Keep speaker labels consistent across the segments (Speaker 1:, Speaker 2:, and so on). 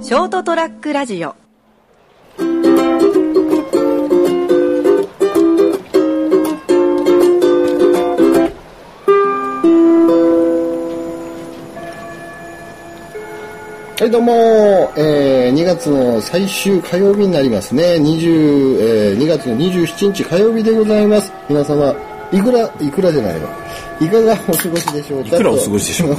Speaker 1: ショートトラックラジオ
Speaker 2: はい、どうも、えー、2月の最終火曜日になりますね。20、えー、2月の27日火曜日でございます。皆様、いくら、いくらじゃないわ。いかがお過ごしでしょうか
Speaker 3: いくらお過ごしでしょうか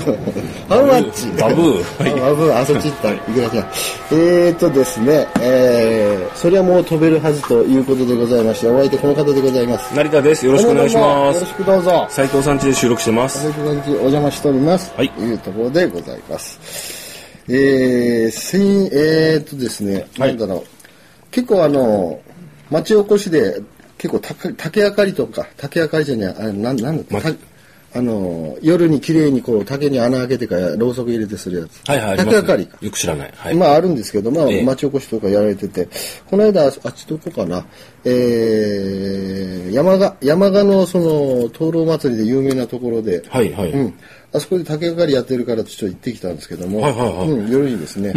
Speaker 2: ハウマッチ
Speaker 3: バブーはい
Speaker 2: あ、危ないあそっち行った。いくらじゃん。えーとですね、えー、そりゃもう飛べるはずということでございまして、お相手この方でございます。
Speaker 3: 成田です。よ
Speaker 2: よ
Speaker 3: ろしくお願いしま
Speaker 2: よろ
Speaker 3: す
Speaker 2: し。くどうぞ。
Speaker 3: 斉藤さん家で収録してます。
Speaker 2: お邪魔しております。
Speaker 3: はい
Speaker 2: というところでございます。えー、せん、えーっとですね、
Speaker 3: はい
Speaker 2: なんだろう。結構あの、町おこしで、結構竹竹あかりとか、竹あかりじゃねえ、あれ、なん、なんだ
Speaker 3: ま
Speaker 2: たあの、夜に綺麗にこう、竹に穴開けてから、ろうそく入れてするやつ。
Speaker 3: はいはい、あります
Speaker 2: 竹あかりか。
Speaker 3: よく知らない。はい。
Speaker 2: まああるんですけど、まあ、
Speaker 3: ええ
Speaker 2: 町おこしとかやられてて、この間、ああっちどこかな、えー、山鹿、山鹿のその、灯籠祭りで有名なところで、
Speaker 3: はいはい。
Speaker 2: うん、あそこで竹狩りやってるからちょっと行ってきたんですけども、
Speaker 3: はいはいはい
Speaker 2: うん、夜にですね、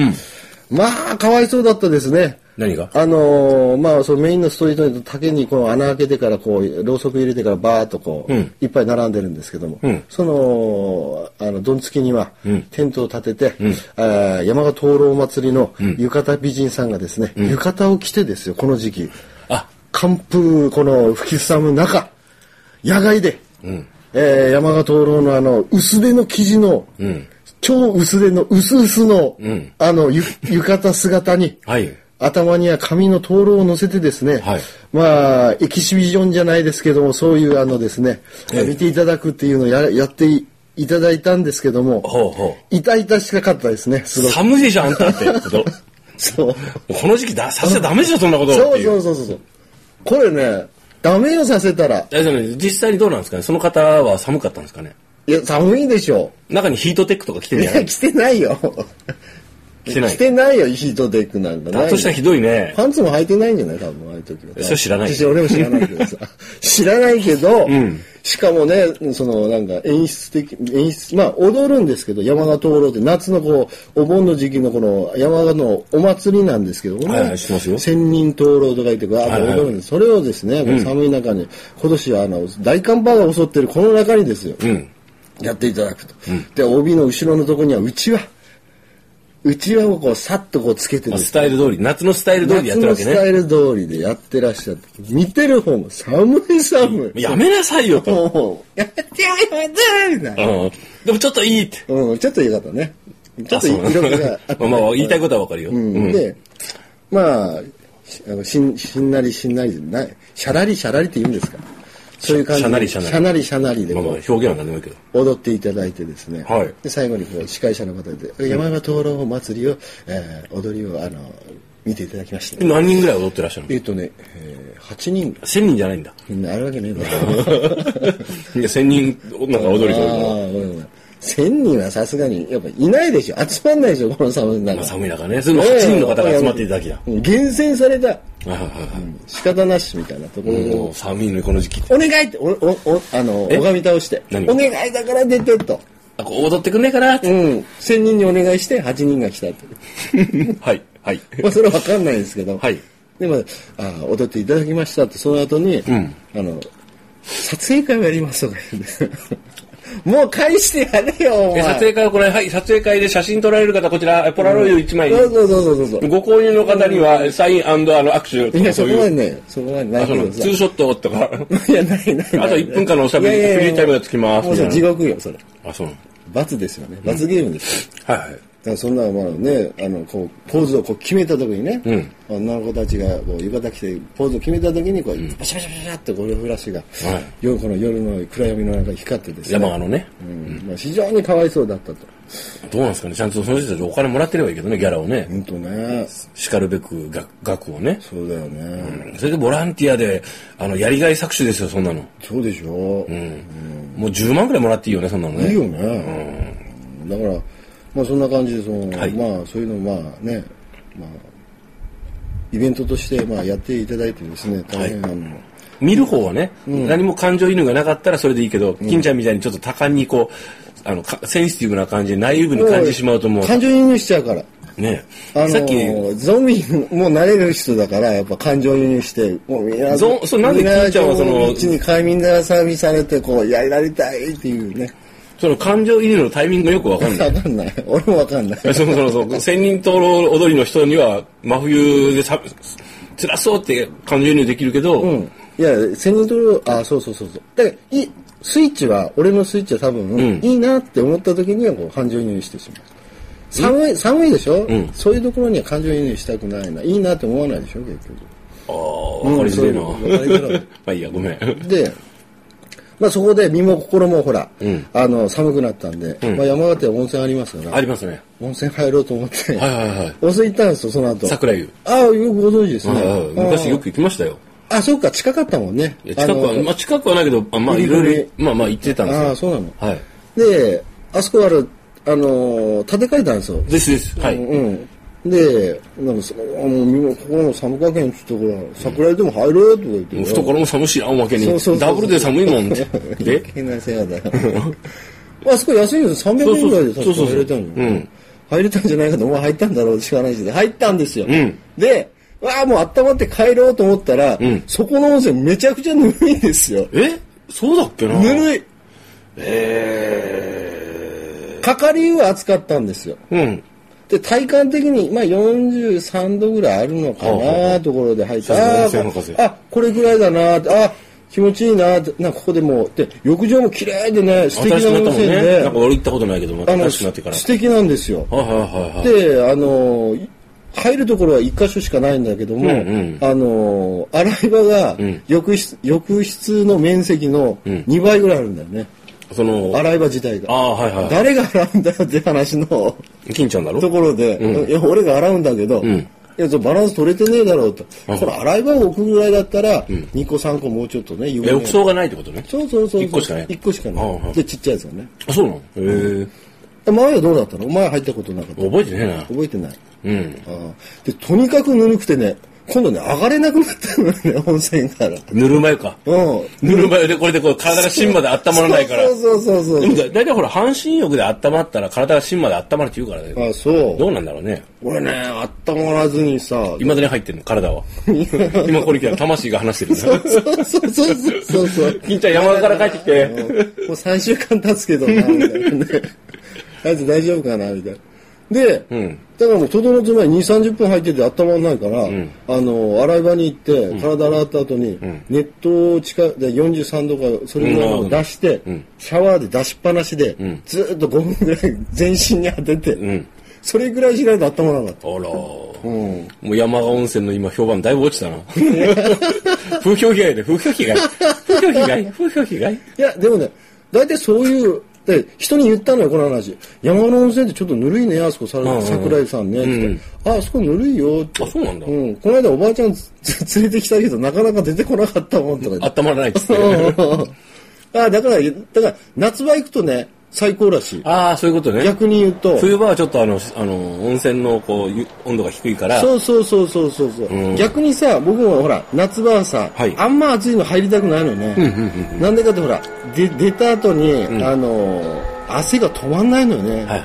Speaker 2: まあかわいそうだったですね。
Speaker 3: 何が
Speaker 2: あのーまあそのメインのストリートに竹にこう穴開けてからこうろうそく入れてからバーっとこう、
Speaker 3: うん
Speaker 2: いっぱい並んでるんですけども、
Speaker 3: うん
Speaker 2: そのあのどんつきには
Speaker 3: ん
Speaker 2: テントを立てて、あー山鹿灯籠祭りの浴衣美人さんがですね、浴衣を着てですよこの時期
Speaker 3: あ、
Speaker 2: 寒風この吹きすさむ中野外で、えー山鹿灯籠のあの薄手の生地の、超薄手の薄々の、
Speaker 3: ん
Speaker 2: あのゆ 浴衣姿に
Speaker 3: はい。
Speaker 2: 頭には紙の灯籠を乗せてですね、
Speaker 3: はい
Speaker 2: まあエキシビジョンじゃないですけどもそういうあのですね、
Speaker 3: ええ
Speaker 2: 見ていただくっていうのをややっていいただいたんですけども
Speaker 3: ほうほ
Speaker 2: 痛々しかったですねす
Speaker 3: う。
Speaker 2: ごく
Speaker 3: 寒いじゃん、あんたってこと。
Speaker 2: そう
Speaker 3: この時期だ、させちゃダメで しょ、そんなこと。
Speaker 2: そ
Speaker 3: っ
Speaker 2: う
Speaker 3: てい
Speaker 2: そうそうそうそうこれねダメよさせたら
Speaker 3: 大丈夫です実際にどうなんですかねその方は寒かったんですかね
Speaker 2: いや寒いでしょ
Speaker 3: 中にヒートテックとか着て
Speaker 2: い
Speaker 3: るじゃな
Speaker 2: や、
Speaker 3: い
Speaker 2: 着てないよ。
Speaker 3: 着てない
Speaker 2: 着。てないよ、ヒートテックなんかない
Speaker 3: だ
Speaker 2: よ。
Speaker 3: としたらひどいね。
Speaker 2: パンツも履いてないんじゃない多分、ああいう時は。
Speaker 3: それ知らない
Speaker 2: 私俺も知らないけ どさ。知らないけど、
Speaker 3: ん
Speaker 2: しかもね、その、なんか、演出的、演出、まあ、踊るんですけど、山鹿灯籠って、夏のこう、お盆の時期のこの、山鹿のお祭りなんですけど、
Speaker 3: はいはい知ってますよ
Speaker 2: 千人灯籠とか言って、わーっと踊るんです。それをですね、こう寒い中に、今年はあの、大寒波が襲ってるこの中にですよ。
Speaker 3: うん。
Speaker 2: やっていただくと、で帯の後ろのとこにはうちわうちわをこうさっとこうつけて
Speaker 3: ま
Speaker 2: で
Speaker 3: あ
Speaker 2: す
Speaker 3: スタイル通り、夏のスタイル通りでやってるわけ
Speaker 2: 夏のスタ
Speaker 3: ね。
Speaker 2: イル通りでやってらっしゃって見てる方も寒い寒い
Speaker 3: やめなさいよ、と。
Speaker 2: もうやめてやめてみたいな、
Speaker 3: うん。でもちょっといいって。
Speaker 2: うん、ちょっとよかったねちょっと
Speaker 3: あそう
Speaker 2: 色気があって
Speaker 3: まあまあ、言いたいことはわかるよ。
Speaker 2: うん、でまあしあのしんしんなりしんなりなしゃらりしゃらりって言うんですかそういう感じ
Speaker 3: しゃなり
Speaker 2: で
Speaker 3: しゃなり
Speaker 2: しゃなりしゃなりで
Speaker 3: ま
Speaker 2: こ
Speaker 3: あ
Speaker 2: う
Speaker 3: まあ、表現は何でもいいけど。
Speaker 2: 踊っていただいてですね、
Speaker 3: はい
Speaker 2: で最後にこう司会者の方で「山鹿灯籠祭りを」えー踊りをあの見ていただきました、
Speaker 3: 何人ぐらい踊ってらっしゃるの
Speaker 2: えっとね、えー、8人
Speaker 3: 千人じゃないんだ。
Speaker 2: みんなあるわ けねえだ
Speaker 3: いや、千人、なんか踊りと
Speaker 2: あ
Speaker 3: か。
Speaker 2: あごめんごめん1000人はさすがにやっぱいないでしょ集まんないでしょこの寒い中、
Speaker 3: まあ、寒い中ね。それも8人の方が集まっていただきだ。
Speaker 2: うん厳選された
Speaker 3: はいはいはい
Speaker 2: 仕方なしみたいなところで、
Speaker 3: もう寒いのにこの時期。
Speaker 2: お願いっておおおあの
Speaker 3: え
Speaker 2: 拝み倒して
Speaker 3: 何
Speaker 2: お願いだから出てと
Speaker 3: あ、こう踊ってくんねえかなって
Speaker 2: うん1000人にお願いして8人が来たって
Speaker 3: はい、はい。
Speaker 2: まあ、それは分かんないですけど、
Speaker 3: はい
Speaker 2: でもあー踊っていただきましたってその後に、
Speaker 3: ん
Speaker 2: あの撮影会をやりますとか言うんですもう返してやれよお
Speaker 3: で
Speaker 2: 前
Speaker 3: 撮影会をこれ、はい、撮影会で写真撮られる方、こちら、ポラロイド1枚。
Speaker 2: そうそうそうそうそう
Speaker 3: ご購入の方には、サインあの握手
Speaker 2: い
Speaker 3: と
Speaker 2: や
Speaker 3: か
Speaker 2: そ
Speaker 3: そう
Speaker 2: こ
Speaker 3: い
Speaker 2: まで
Speaker 3: う。
Speaker 2: ねそこまでな
Speaker 3: あ
Speaker 2: い
Speaker 3: そ
Speaker 2: け
Speaker 3: うなの
Speaker 2: ど
Speaker 3: ツ
Speaker 2: さ
Speaker 3: ーショット とか。
Speaker 2: いやないないない
Speaker 3: あと1分間のおしゃべり
Speaker 2: いやいやいや
Speaker 3: フリータイムがつきます
Speaker 2: もうそれ地獄よそれ
Speaker 3: あ、そうなの
Speaker 2: 罰ですよね罰ゲームですよ、
Speaker 3: はいはい。
Speaker 2: だからそんなまあねあのこうポーズをこう決めた時にね、女の子たちがこう浴衣着てポーズを決めた時にこう、バシャバシャバシャってゴルフラッシュが、夜この夜の暗闇の中に光ってですね
Speaker 3: 山鹿のね。
Speaker 2: うんまあ、非常にかわいそうだったと
Speaker 3: どうなんですかね。ちゃんとその人たちお金もらってればいいけどね、ギャラをね。
Speaker 2: 本当ね
Speaker 3: しかるべく額額をね。
Speaker 2: そうだよね、
Speaker 3: それでボランティアで、あの、やりがい搾取ですよ、そんなの。
Speaker 2: そうでしょ、う
Speaker 3: もう10万くらいもらっていいよね、そんなのね。
Speaker 2: いいよね、だからまあそんな感じでその、
Speaker 3: はい
Speaker 2: まあそういうのをまあねまあイベントとしてまあやっていただいてですね大変あの、
Speaker 3: 見る方はね、何も感情移入がなかったらそれでいいけど、金ちゃんみたいにちょっと多感にこう、あの、かセンシティブな感じで、内部に感じてしまうともう、
Speaker 2: 感情移入しちゃうから
Speaker 3: ね
Speaker 2: あの
Speaker 3: さっき、
Speaker 2: ゾンビも慣れる人だから、やっぱ感情移入して、もうみんな、
Speaker 3: ゾンそうなんで
Speaker 2: みな
Speaker 3: 金ちゃんはその
Speaker 2: うちに快眠だらさみされて、こう、やられたいっていうね。
Speaker 3: その感情移入のタイミングがよくわか んない。
Speaker 2: わかんない。俺もわかんない。
Speaker 3: そうそうそう。千人灯籠踊りの人には、真冬でさ、辛そうって感情移入できるけど、
Speaker 2: うん。いや、千人ドル、あ、そうそうそうそう。だから、いい、スイッチは、俺のスイッチは多分、
Speaker 3: ん
Speaker 2: いいなって思った時には、こう、感情移入してしまう。寒い、寒いでしょ、
Speaker 3: ん
Speaker 2: そういうところには感情移入したくないな。いいなって思わないでしょ結局。
Speaker 3: ああ、わかりづ
Speaker 2: うんそう
Speaker 3: ら
Speaker 2: いう
Speaker 3: い
Speaker 2: ことわかり
Speaker 3: な。
Speaker 2: づらい
Speaker 3: まあいいや、ごめん。
Speaker 2: で、まあそこで身も心もほら、
Speaker 3: ん
Speaker 2: あの、寒くなったんで、まあ山形は温泉ありますから、
Speaker 3: ありますね。
Speaker 2: 温泉入ろうと思って、
Speaker 3: はいはいはい。
Speaker 2: 温泉行ったんですよ、その後。
Speaker 3: 桜湯。
Speaker 2: ああ、よくご存知ですね。
Speaker 3: はいはい昔よく行きましたよ。
Speaker 2: ああ、そうか、近かったもんね。
Speaker 3: いや近く
Speaker 2: あ
Speaker 3: は、
Speaker 2: の
Speaker 3: まあ近くはないけど、あまあいろ
Speaker 2: 入り
Speaker 3: い
Speaker 2: 組
Speaker 3: ろ、まあまあ行ってたんですよ。
Speaker 2: ああ、そうなの。
Speaker 3: はい。
Speaker 2: で、あそこある、あのー、建て替えたんですよ。
Speaker 3: ですです。はい。
Speaker 2: うん。で、なんかそ、あの、身も心も寒かけんちょっとほら、桜井でも入ろうとか言って。
Speaker 3: 懐も寒いし、あんわけに
Speaker 2: そうそうそう。
Speaker 3: ダブルで寒い もん。で、
Speaker 2: 変な世話だよ。まあ、あそこ安いんですよ。300円ぐらいで確か入れたん
Speaker 3: そうそうそうそうう
Speaker 2: よ
Speaker 3: ん。
Speaker 2: 入れたんじゃないかと、お前入ったんだろう、知らないしで。入ったんですよ。
Speaker 3: ん
Speaker 2: で、わあ、もう温まって帰ろうと思ったら、
Speaker 3: ん
Speaker 2: そこの温泉めちゃくちゃぬるいんですよ。
Speaker 3: えそうだっけな
Speaker 2: ぬるい。
Speaker 3: え
Speaker 2: 係湯は暑かったんですよ。
Speaker 3: えうん。
Speaker 2: で体感的に、まあ、43度ぐらいあるのか
Speaker 3: はあは
Speaker 2: なところで入って、
Speaker 3: そうです
Speaker 2: あ
Speaker 3: ね温泉の
Speaker 2: ー
Speaker 3: 風
Speaker 2: あこれぐらいだなってあ気持ちいいなってなんかここでもうで浴場も綺麗でね素敵
Speaker 3: 新しく
Speaker 2: な
Speaker 3: なっ
Speaker 2: 温
Speaker 3: たもん
Speaker 2: 泉
Speaker 3: ね。
Speaker 2: で、
Speaker 3: なんか俺行ったことないけど、また
Speaker 2: あの
Speaker 3: 新しくなってから。
Speaker 2: 素敵なんですよ、
Speaker 3: はいはいはいはい。
Speaker 2: であのー入るところは1箇所しかないんだけども、
Speaker 3: うんうん
Speaker 2: あのー洗い場が
Speaker 3: ん
Speaker 2: 浴室,、浴室の面積の
Speaker 3: ん
Speaker 2: 2倍ぐらいあるんだよね、
Speaker 3: その、あ
Speaker 2: 洗い場自体が、
Speaker 3: あ、はいはいは
Speaker 2: 誰が洗うんだよって話の
Speaker 3: い。金ちゃんだろ
Speaker 2: ところで、
Speaker 3: うん
Speaker 2: いや、俺が洗うんだけど、
Speaker 3: ん
Speaker 2: いや、そのバランス取れてねえだろうと。
Speaker 3: あ
Speaker 2: これ洗い場を置くぐらいだったら、2個3個もうちょっとね、
Speaker 3: え、
Speaker 2: 浴
Speaker 3: 浴槽がないってことね。
Speaker 2: そうそうそう。
Speaker 3: 一個しかない
Speaker 2: 一個しかな
Speaker 3: あ
Speaker 2: い。
Speaker 3: はい
Speaker 2: で、ちっちゃいやつがね。
Speaker 3: あ、そうなのへえ。
Speaker 2: で前はどうだったのお前入ったことなかった。
Speaker 3: 覚えてねえな。
Speaker 2: 覚えてない。
Speaker 3: うん。
Speaker 2: ああで、とにかくぬるくてね、今度ね、上がれなくなったのよね、 温泉から。
Speaker 3: ぬるま湯か。
Speaker 2: うん。
Speaker 3: ぬるま湯でこれでこう体が芯まで温まらないから。
Speaker 2: そうそうそうそう
Speaker 3: でもだ大体ほら、半身浴で温まったら体が芯まで温まるって言うからね。
Speaker 2: あ、そう。
Speaker 3: どうなんだろうね。
Speaker 2: 俺ね、温まらずにさ、
Speaker 3: いまだに入ってんの、体は。今ここに来たら魂が話してる。
Speaker 2: そうそうそうそうそう。
Speaker 3: 金ちゃん山から帰ってきて。
Speaker 2: もう3週間経つけどな、みたいな ね。あいつ大丈夫かな、みたいな。で、
Speaker 3: ん
Speaker 2: だからもう、とどのつまり2、30分入ってて温まんないから、あの、洗い場に行って、体洗った後に、熱湯を近で43度か、それぐらいのを出して、シャワーで出しっぱなしで、ずーっと5分ぐらい全身に当てて、
Speaker 3: ん
Speaker 2: それぐらいしないと温まらなかった。
Speaker 3: あらもう山川温泉の今評判だいぶ落ちたな。風評被害で、風評被害。風評被害風評被害
Speaker 2: いや、でもね、大体そういう、で人に言ったのよ、この話。山の温泉ってちょっとぬるいね、あそこ、さ
Speaker 3: んうん
Speaker 2: 桜井さんね、って。あ、あそこぬるいよって。
Speaker 3: あ、そうなんだ。
Speaker 2: うん、この間おばあちゃんつ つ連れてきたけど、なかなか出てこなかったもんとか言って。
Speaker 3: 温まらないっつ
Speaker 2: う
Speaker 3: って。
Speaker 2: んうんうん あだから、だから、夏場行くとね、最高らしい。
Speaker 3: ああ、そういうことね。
Speaker 2: 逆に言うと、
Speaker 3: 冬場はちょっとあの、あの、温泉のこう、ゆ温度が低いから、
Speaker 2: そうそうそうそうそうそう、
Speaker 3: うん
Speaker 2: 逆にさ、僕もほら、夏場はさ、
Speaker 3: はい
Speaker 2: あんま暑いの入りたくないのね。なんでかってほら、で出た後に、
Speaker 3: ん
Speaker 2: あのー、汗が止まんないのよね。
Speaker 3: はいはいは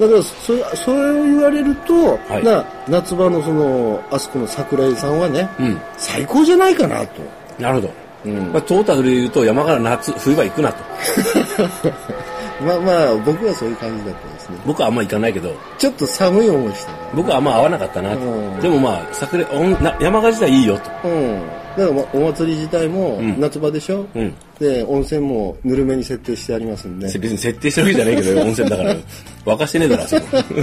Speaker 2: だからそれそれを言われると、
Speaker 3: はい
Speaker 2: な夏場のそのあそこの桜井さんはね、
Speaker 3: い。うん。
Speaker 2: 最高じゃないかなと、
Speaker 3: なるほど。まあ、トータルで言うと山から夏、冬場行くなと。
Speaker 2: まあまあ僕はそういう感じだったですね
Speaker 3: 僕はあんま行かないけど、
Speaker 2: ちょっと寒い思いしたね
Speaker 3: 僕はあんま合わなかったなと
Speaker 2: うん
Speaker 3: でもまあ、桜、おんな山川自体いいよと。
Speaker 2: うんだからまあお祭り自体も
Speaker 3: ん
Speaker 2: 夏場でしょ、
Speaker 3: うん
Speaker 2: で温泉もぬるめに設定してありますんで
Speaker 3: せ別に設定してるわけじゃないけど、温泉だから。 沸かしてねえだろ、あそこ。
Speaker 2: だか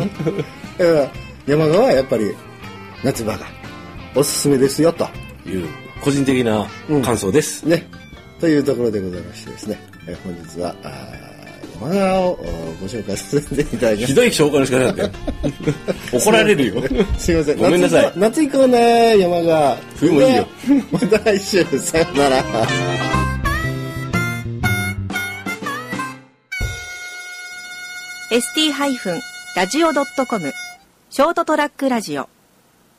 Speaker 2: ら山川はやっぱり夏場がおすすめですよと
Speaker 3: いう、個人的な感想です。
Speaker 2: ねというところでございましてですねえ本日はあー山川をおご紹介させていただきま
Speaker 3: ひ
Speaker 2: す
Speaker 3: どい紹介の仕方だ って。怒られるよ。
Speaker 2: すいません。
Speaker 3: ごめんなさい
Speaker 2: 夏行こう夏行こうね、山が。
Speaker 3: 冬もいいよ
Speaker 2: ね。 また来週、さよなら。
Speaker 1: ST-radio.com ショートトラックラジオ